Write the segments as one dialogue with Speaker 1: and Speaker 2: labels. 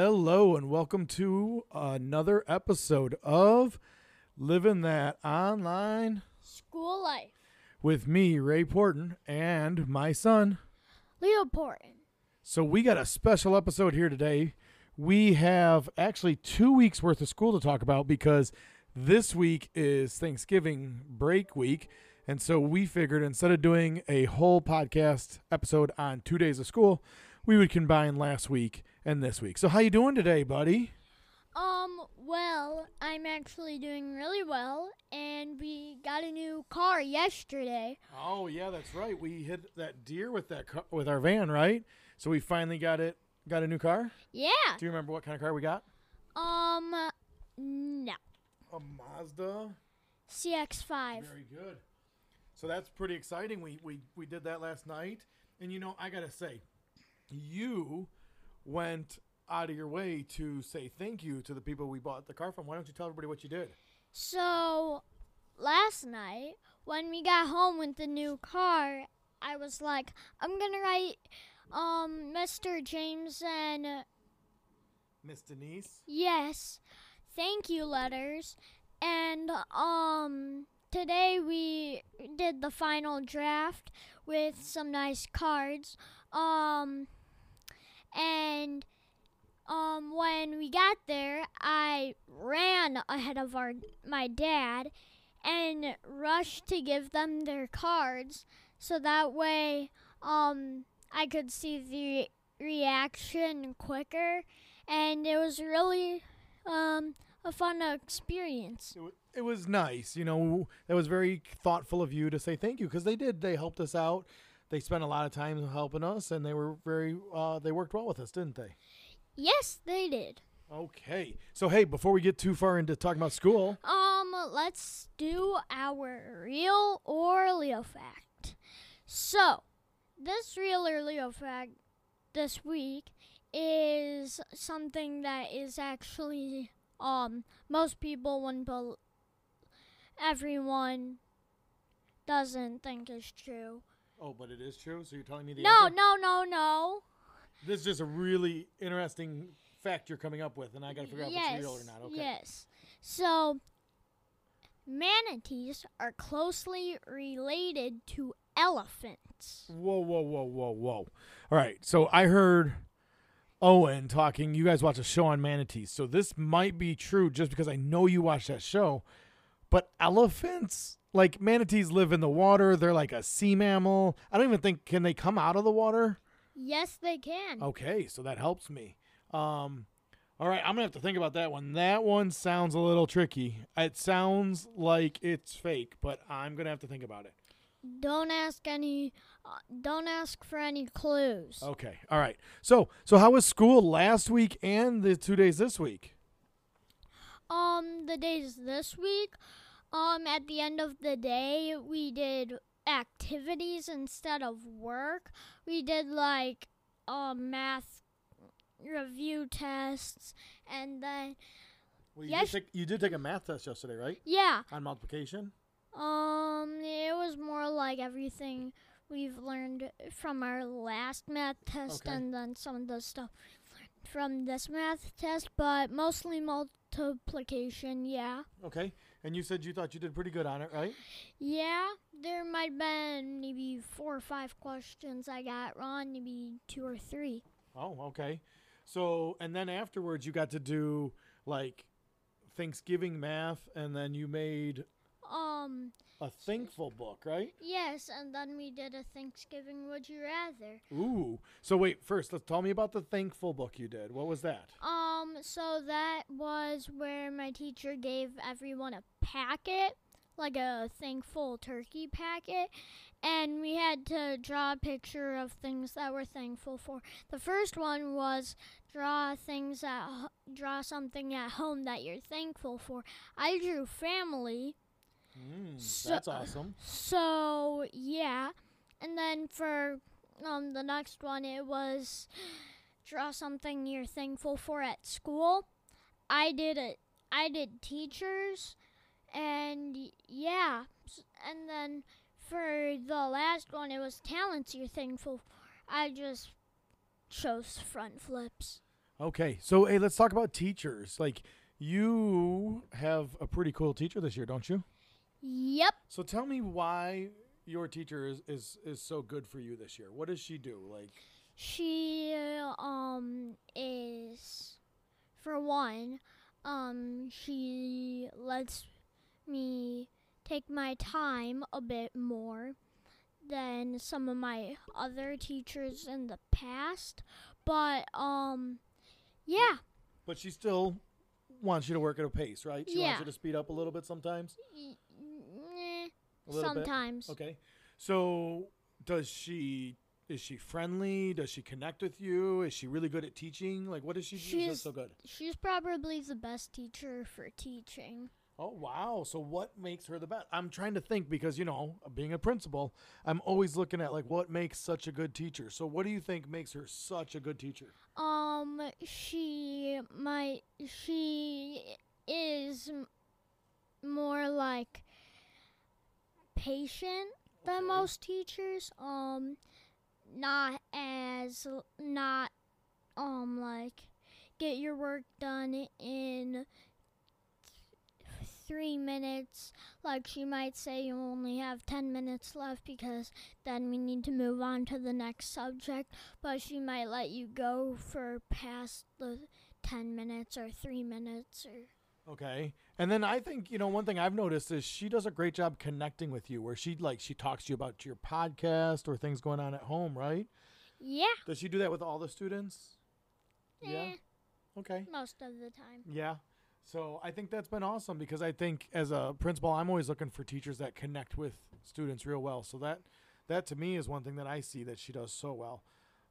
Speaker 1: and welcome to another episode of Living That Online
Speaker 2: School life.
Speaker 1: with me, Ray Porton, and my son.
Speaker 2: Leo Porton.
Speaker 1: So, we got a special episode here today. We have actually two weeks worth of school to talk about because this week is Thanksgiving break week. And so, we figured instead of doing a whole podcast episode on two days of school, we would combine last week and this week. So, how you doing today, buddy?
Speaker 2: Um, well, I'm actually doing really well, and we got a new car yesterday.
Speaker 1: Oh yeah, that's right. We hit that deer with that car, with our van, right? So we finally got it. Got a new car.
Speaker 2: Yeah.
Speaker 1: Do you remember what kind of car we got?
Speaker 2: Um, no.
Speaker 1: A Mazda.
Speaker 2: CX5.
Speaker 1: Very good. So that's pretty exciting. We we we did that last night, and you know I gotta say, you went out of your way to say thank you to the people we bought the car from. Why don't you tell everybody what you did?
Speaker 2: So, last night, when we got home with the new car, I was like, I'm gonna write, um, Mr. James and
Speaker 1: Miss Denise.
Speaker 2: Yes. Thank you letters. And um today we did the final draft with some nice cards. Um and um when we got there, I ran ahead of our my dad and rushed to give them their cards so that way um I could see the reaction quicker and it was really um, a fun experience.
Speaker 1: it, wa- it was nice you know that was very thoughtful of you to say thank you because they did they helped us out they spent a lot of time helping us and they were very uh, they worked well with us didn't they
Speaker 2: Yes, they did.
Speaker 1: okay so hey before we get too far into talking about school
Speaker 2: Um, let's do our real or Leo fact. So, this real or Leo fact this week is something that is actually um most people wouldn't bel- everyone doesn't think is true.
Speaker 1: oh but it is true so you're telling me the
Speaker 2: No, no, no, no.
Speaker 1: this is just a really interesting fact you're coming up with and i gotta figure out
Speaker 2: yes,
Speaker 1: if it's real or not okay
Speaker 2: Yes. So, manatees are closely related to elephants.
Speaker 1: Whoa, whoa, whoa, whoa, whoa. All right. So I heard Owen talking. You guys watch a show on manatees. So this might be true just because I know you watch that show. But elephants, like manatees live in the water. They're like a sea mammal. I don't even think, can they come out of the water?
Speaker 2: Yes, they can.
Speaker 1: Okay. So that helps me. Um, all right. I'm going to have to think about that one. That one sounds a little tricky. It sounds like it's fake, but I'm going to have to think about it.
Speaker 2: Don't ask any. Uh, don't ask for any clues.
Speaker 1: Okay. All right. So, so how was school last week and the two days this week? Oh.
Speaker 2: Um, the days this week. Um, at the end of the day, we did activities instead of work. We did like um math review tests, and then
Speaker 1: Well,
Speaker 2: you did Yes.
Speaker 1: Did take, you did take a math test yesterday, right?
Speaker 2: yeah,
Speaker 1: On multiplication.
Speaker 2: Um, it was more like everything we've learned from our last math test
Speaker 1: Okay.
Speaker 2: and then some of the stuff we learned from this math test, but mostly multiplication, yeah.
Speaker 1: Okay. And you said you thought you did pretty good on it, right?
Speaker 2: Yeah, there might have been maybe four or five questions I got wrong, maybe two or three.
Speaker 1: Oh, okay. So, and then afterwards, you got to do like Thanksgiving math, and then you made
Speaker 2: Um,
Speaker 1: a thankful book, right?
Speaker 2: yes, and then we did a Thanksgiving Would You Rather.
Speaker 1: Ooh. So wait, first, let's tell me about the thankful book you did. What was that?
Speaker 2: Um, so that was where my teacher gave everyone a packet, like a thankful turkey packet, and we had to draw a picture of things that we're thankful for. The first one was draw things at ho- draw something at home that you're thankful for. I drew family,
Speaker 1: Mm,
Speaker 2: So-
Speaker 1: that's awesome.
Speaker 2: so yeah, and then for um the next one it was draw something you're thankful for at school. I did it. I did teachers, and y- yeah, s- and then for the last one it was talents you're thankful for. I just chose front flips.
Speaker 1: Okay. So, hey, let's talk about teachers. Like, you have a pretty cool teacher this year, don't you?
Speaker 2: Yep.
Speaker 1: So, tell me why your teacher is is is so good for you this year. What does she do? Like,
Speaker 2: She um is for one, um she lets me take my time a bit more than some of my other teachers in the past, but um yeah,
Speaker 1: but she still wants you to work at a pace, right? She
Speaker 2: Yeah.
Speaker 1: wants you to speed up a little bit sometimes.
Speaker 2: y- eh,
Speaker 1: A little bit?
Speaker 2: sometimes.
Speaker 1: Okay. So does she is she friendly? Does she connect with you? Is she really good at teaching? Like what does she do
Speaker 2: She's-
Speaker 1: that's so good?
Speaker 2: She's probably the best teacher for teaching.
Speaker 1: Oh wow. So what makes her the best? I'm trying to think because you know, being a principal, I'm always looking at like what makes such a good teacher. So what do you think makes her such a good teacher?
Speaker 2: Um, she my she is m- more like patient than
Speaker 1: Okay.
Speaker 2: most teachers. Um, not as l- not um like get your work done in th- three minutes. Like she might say, you only have ten minutes left because then we need to move on to the next subject but she might let you go for past the 10 minutes or 3 minutes or
Speaker 1: Okay. And then I think, you know, one thing I've noticed is she does a great job connecting with you where she like she talks to you about your podcast or things going on at home, right?
Speaker 2: yeah,
Speaker 1: Does she do that with all the students? Yeah.
Speaker 2: eh,
Speaker 1: Okay.
Speaker 2: most of the time
Speaker 1: Yeah. So I think that's been awesome because I think as a principal, I'm always looking for teachers that connect with students real well. So that that to me is one thing that I see that she does so well.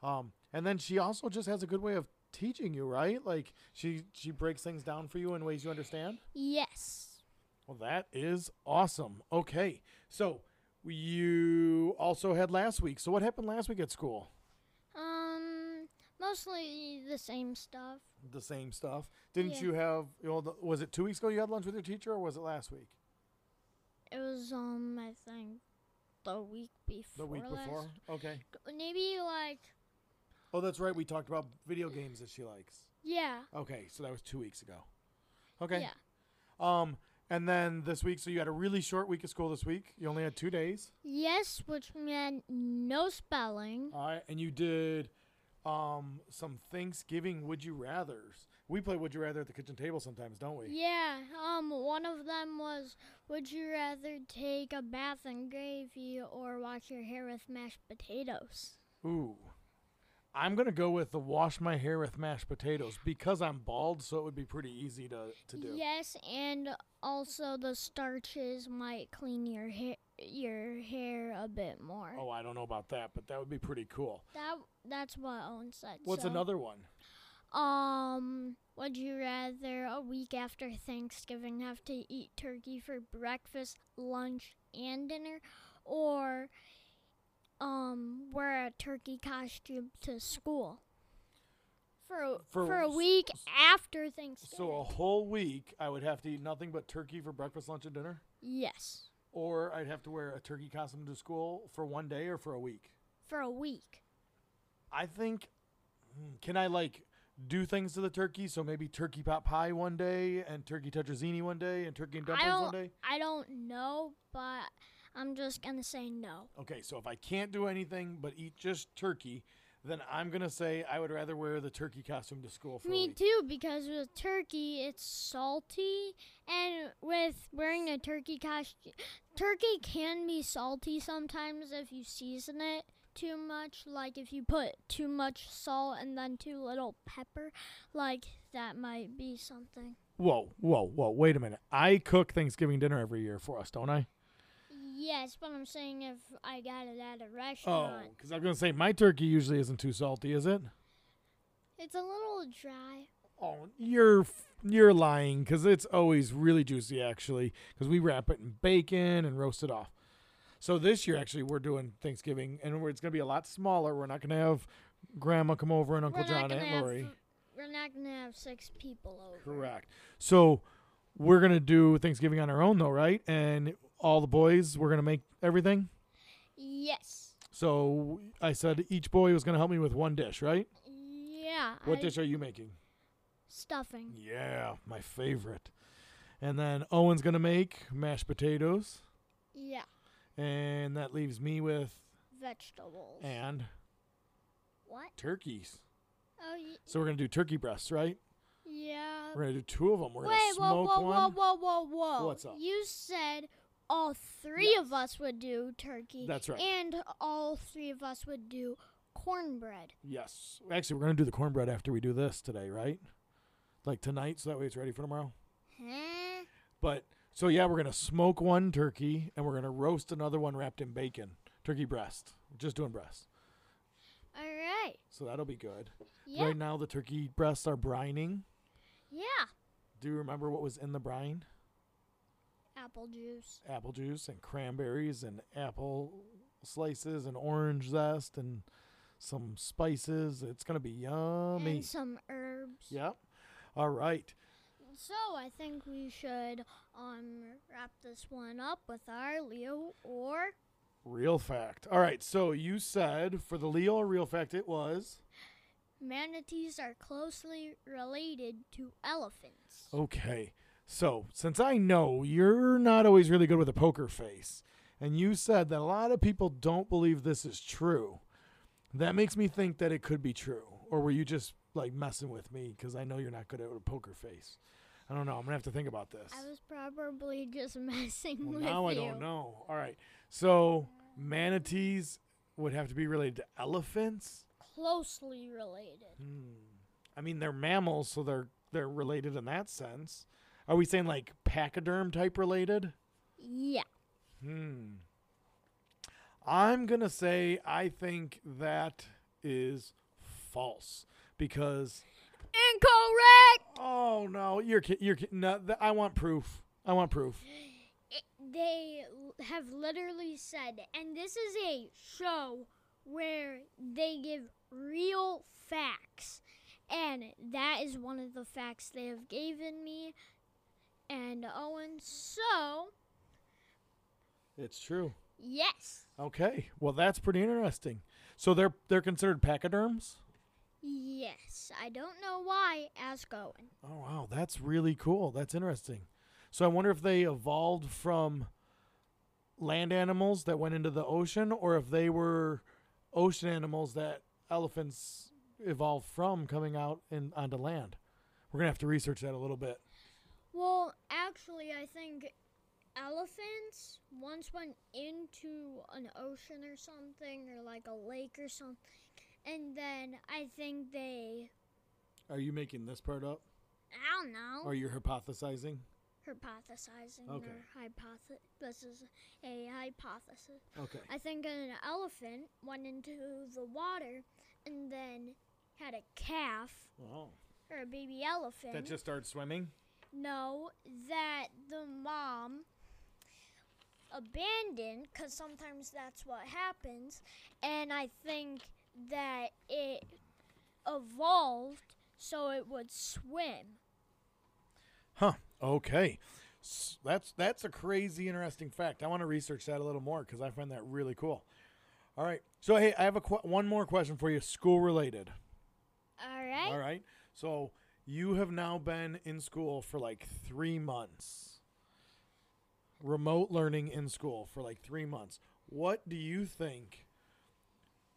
Speaker 1: Um, and then she also just has a good way of teaching you, right? Like she she breaks things down for you in ways you understand.
Speaker 2: yes
Speaker 1: Well, that is awesome. Okay, so you also had last week. So what happened last week at school?
Speaker 2: um mostly the same stuff
Speaker 1: The same stuff. Didn't
Speaker 2: Yeah.
Speaker 1: you have? You know, the, was it two weeks ago you had lunch with your teacher, or was it last week?
Speaker 2: it was um i think the week before
Speaker 1: The week
Speaker 2: last-
Speaker 1: before. Okay.
Speaker 2: maybe like
Speaker 1: Oh, that's right. We talked about video games that she likes.
Speaker 2: yeah
Speaker 1: Okay, so that was two weeks ago. Okay.
Speaker 2: yeah
Speaker 1: Um, and then this week, so you had a really short week of school this week. You only had two days.
Speaker 2: yes which meant no spelling
Speaker 1: All right, and you did um some Thanksgiving would you rather's. We play would you rather at the kitchen table sometimes, don't we?
Speaker 2: Yeah, um, one of them was Would you rather take a bath in gravy or wash your hair with mashed potatoes?
Speaker 1: Ooh. I'm gonna go with the wash my hair with mashed potatoes because I'm bald, so it would be pretty easy to, to do.
Speaker 2: Yes, and also the starches might clean your hair your hair a bit more.
Speaker 1: Oh, I don't know about that, but that would be pretty cool.
Speaker 2: That that's what Owen said.
Speaker 1: What's
Speaker 2: so,
Speaker 1: another one?
Speaker 2: Um, would you rather a week after Thanksgiving have to eat turkey for breakfast, lunch, and dinner, or um wear a turkey costume to school for a-
Speaker 1: For
Speaker 2: for, a
Speaker 1: s-
Speaker 2: week
Speaker 1: s-
Speaker 2: after Thanksgiving?
Speaker 1: So a whole week I would have to eat nothing but turkey for breakfast, lunch, and dinner,
Speaker 2: yes,
Speaker 1: or I'd have to wear a turkey costume to school for one day or for a week.
Speaker 2: for a week.
Speaker 1: I think hmm, can I like do things to the turkey? So maybe turkey pot pie one day and turkey tetrazzini one day and turkey and
Speaker 2: I
Speaker 1: dumplings one
Speaker 2: don't
Speaker 1: day.
Speaker 2: I don't know, but I'm just gonna say no.
Speaker 1: Okay, so if I can't do anything but eat just turkey, then I'm gonna say I would rather wear the turkey costume to school for a
Speaker 2: Me
Speaker 1: week.
Speaker 2: too, because with turkey, it's salty, and with wearing a turkey costume, turkey can be salty sometimes if you season it too much. Like if you put too much salt and then too little pepper, like that might be something.
Speaker 1: Whoa, whoa, whoa! Wait a minute. I cook Thanksgiving dinner every year for us, don't I?
Speaker 2: Yes, but I'm saying if I got it at a
Speaker 1: Oh,
Speaker 2: restaurant,
Speaker 1: because I'm gonna say my turkey usually isn't too salty, is it?
Speaker 2: it's a little dry.
Speaker 1: Oh, you're f- you're lying because it's always really juicy actually because we wrap it in bacon and roast it off. So this year actually we're doing Thanksgiving and we're, it's gonna be a lot smaller. We're not gonna have Grandma come over and Uncle
Speaker 2: we're
Speaker 1: John
Speaker 2: not
Speaker 1: and
Speaker 2: gonna
Speaker 1: Aunt Lori.
Speaker 2: have we're not gonna have six people over.
Speaker 1: Correct. So we're gonna do Thanksgiving on our own though, right? And all the boys we're gonna make everything.
Speaker 2: Yes.
Speaker 1: So I said each boy was gonna help me with one dish, right?
Speaker 2: Yeah. yeah.
Speaker 1: What
Speaker 2: I-
Speaker 1: dish are you making?
Speaker 2: Stuffing.
Speaker 1: Yeah, my favorite. And then Owen's gonna make mashed potatoes,
Speaker 2: Yeah.
Speaker 1: and that leaves me with
Speaker 2: Vegetables.
Speaker 1: and
Speaker 2: What?
Speaker 1: turkeys.
Speaker 2: Oh, y-
Speaker 1: So we're gonna do turkey breasts, right?
Speaker 2: yeah.
Speaker 1: We're gonna do two of them. We're gonna
Speaker 2: Wait, whoa,
Speaker 1: smoke
Speaker 2: whoa,
Speaker 1: one.
Speaker 2: whoa, whoa, whoa, whoa.
Speaker 1: What's up?
Speaker 2: You said all three of us would do turkey.
Speaker 1: That's right.
Speaker 2: And all three of us would do cornbread.
Speaker 1: Yes. Actually, we're gonna do the cornbread after we do this today, right? Like tonight, so that way it's ready for tomorrow.
Speaker 2: Huh?
Speaker 1: But so yeah, we're gonna smoke one turkey and we're gonna roast another one wrapped in bacon, turkey breast. We're just doing breast,
Speaker 2: All right.
Speaker 1: so that'll be good.
Speaker 2: Yeah.
Speaker 1: Right now, the turkey breasts are brining.
Speaker 2: Yeah.
Speaker 1: Do you remember what was in the brine?
Speaker 2: Apple juice.
Speaker 1: Apple juice and cranberries and apple slices and orange zest and some spices. It's gonna be yummy.
Speaker 2: And some herbs.
Speaker 1: Yep. All right.
Speaker 2: So I think we should um wrap this one up with our Leo or
Speaker 1: Real fact. All right. So you said for the Leo real fact, it was
Speaker 2: manatees are closely related to elephants.
Speaker 1: okay. So since I know you're not always really good with a poker face, and you said that a lot of people don't believe this is true, that makes me think that it could be true. Or were you just like messing with me because I know you're not good at a poker face? I don't know. I'm gonna have to think about this.
Speaker 2: I was probably just messing
Speaker 1: Well,
Speaker 2: with
Speaker 1: now
Speaker 2: you.
Speaker 1: I don't know. All right. So manatees would have to be related to elephants.
Speaker 2: Closely related.
Speaker 1: Hmm. I mean, they're mammals, so they're they're related in that sense. Are we saying like pachyderm type related?
Speaker 2: Yeah.
Speaker 1: Hmm. I'm gonna say I think that is false because
Speaker 2: Incorrect.
Speaker 1: oh no, you're ki- you're ki- no, th- I want proof. I want proof.
Speaker 2: It, they l- have literally said, and this is a show where they give real facts, and that is one of the facts they have given me and Owen. So
Speaker 1: It's true.
Speaker 2: yes,
Speaker 1: Okay. Well, that's pretty interesting. So they're they're considered pachyderms.
Speaker 2: yes, I don't know why. Ask Owen.
Speaker 1: Oh wow, that's really cool. That's interesting. So I wonder if they evolved from land animals that went into the ocean or if they were ocean animals that elephants evolved from coming out and onto land. We're going to have to research that a little bit.
Speaker 2: Well, actually, I think elephants once went into an ocean or something, or like a lake or something, and then I think they,
Speaker 1: Are you making this part up?
Speaker 2: I don't know,
Speaker 1: Are you hypothesizing?
Speaker 2: hypothesizing
Speaker 1: Okay.
Speaker 2: or hypothesis. This is a hypothesis.
Speaker 1: Okay.
Speaker 2: I think an elephant went into the water and then had a calf
Speaker 1: Wow.
Speaker 2: or a baby elephant.
Speaker 1: That just started swimming?
Speaker 2: No, that the mom abandoned because sometimes that's what happens. And I think that it evolved so it would swim.
Speaker 1: Huh. Okay. S that's that's a crazy interesting fact. I want to research that a little more because I find that really cool. All right. So hey, I have a qu- one more question for you, school related.
Speaker 2: All right.
Speaker 1: All right. So you have now been in school for like three months. Remote learning in school for like three months. What do you think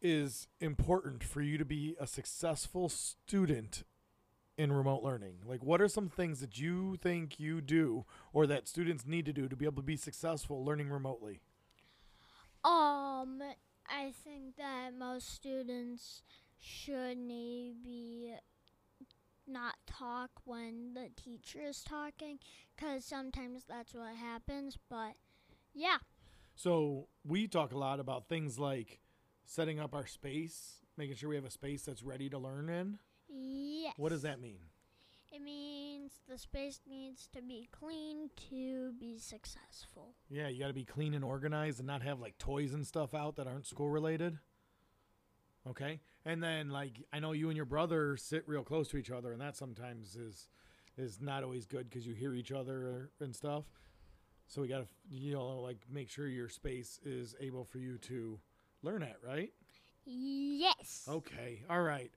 Speaker 1: is important for you to be a successful student in remote learning? Like, what are some things that you think you do or that students need to do to be able to be successful learning remotely?
Speaker 2: Um, I think that most students should maybe not talk when the teacher is talking because sometimes that's what happens. But yeah.
Speaker 1: So we talk a lot about things like setting up our space, making sure we have a space that's ready to learn in.
Speaker 2: Yes.
Speaker 1: What does that mean?
Speaker 2: It means the space needs to be clean to be successful.
Speaker 1: Yeah, you got to be clean and organized and not have like toys and stuff out that aren't school related. Okay? And then like I know you and your brother sit real close to each other and that sometimes is is not always good cuz you hear each other and stuff. So we got to you know like make sure your space is able for you to learn at, right?
Speaker 2: Yes.
Speaker 1: Okay. All right.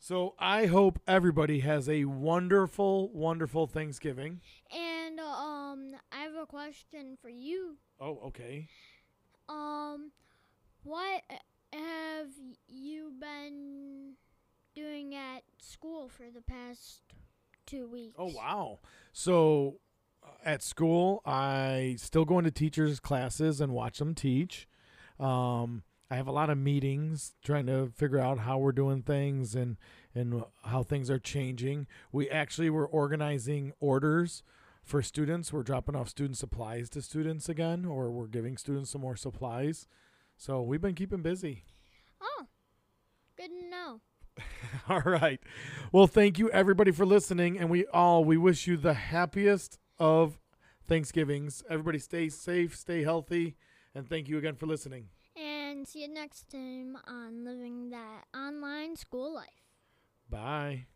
Speaker 1: So I hope everybody has a wonderful, wonderful Thanksgiving.
Speaker 2: And um, I have a question for you.
Speaker 1: Oh, okay.
Speaker 2: Um, what have you been doing at school for the past two weeks?
Speaker 1: Oh, wow. So uh, at school, I still go into teachers' classes and watch them teach. Um, I have a lot of meetings trying to figure out how we're doing things and and how things are changing. We actually were organizing orders for students. We're dropping off student supplies to students again, or we're giving students some more supplies. So we've been keeping busy.
Speaker 2: Oh, good to know.
Speaker 1: All right. Well, thank you everybody for listening, and we all we wish you the happiest of Thanksgivings. Everybody, stay safe, stay healthy, and thank you again for listening.
Speaker 2: And see you next time on Living That Online School Life.
Speaker 1: Bye.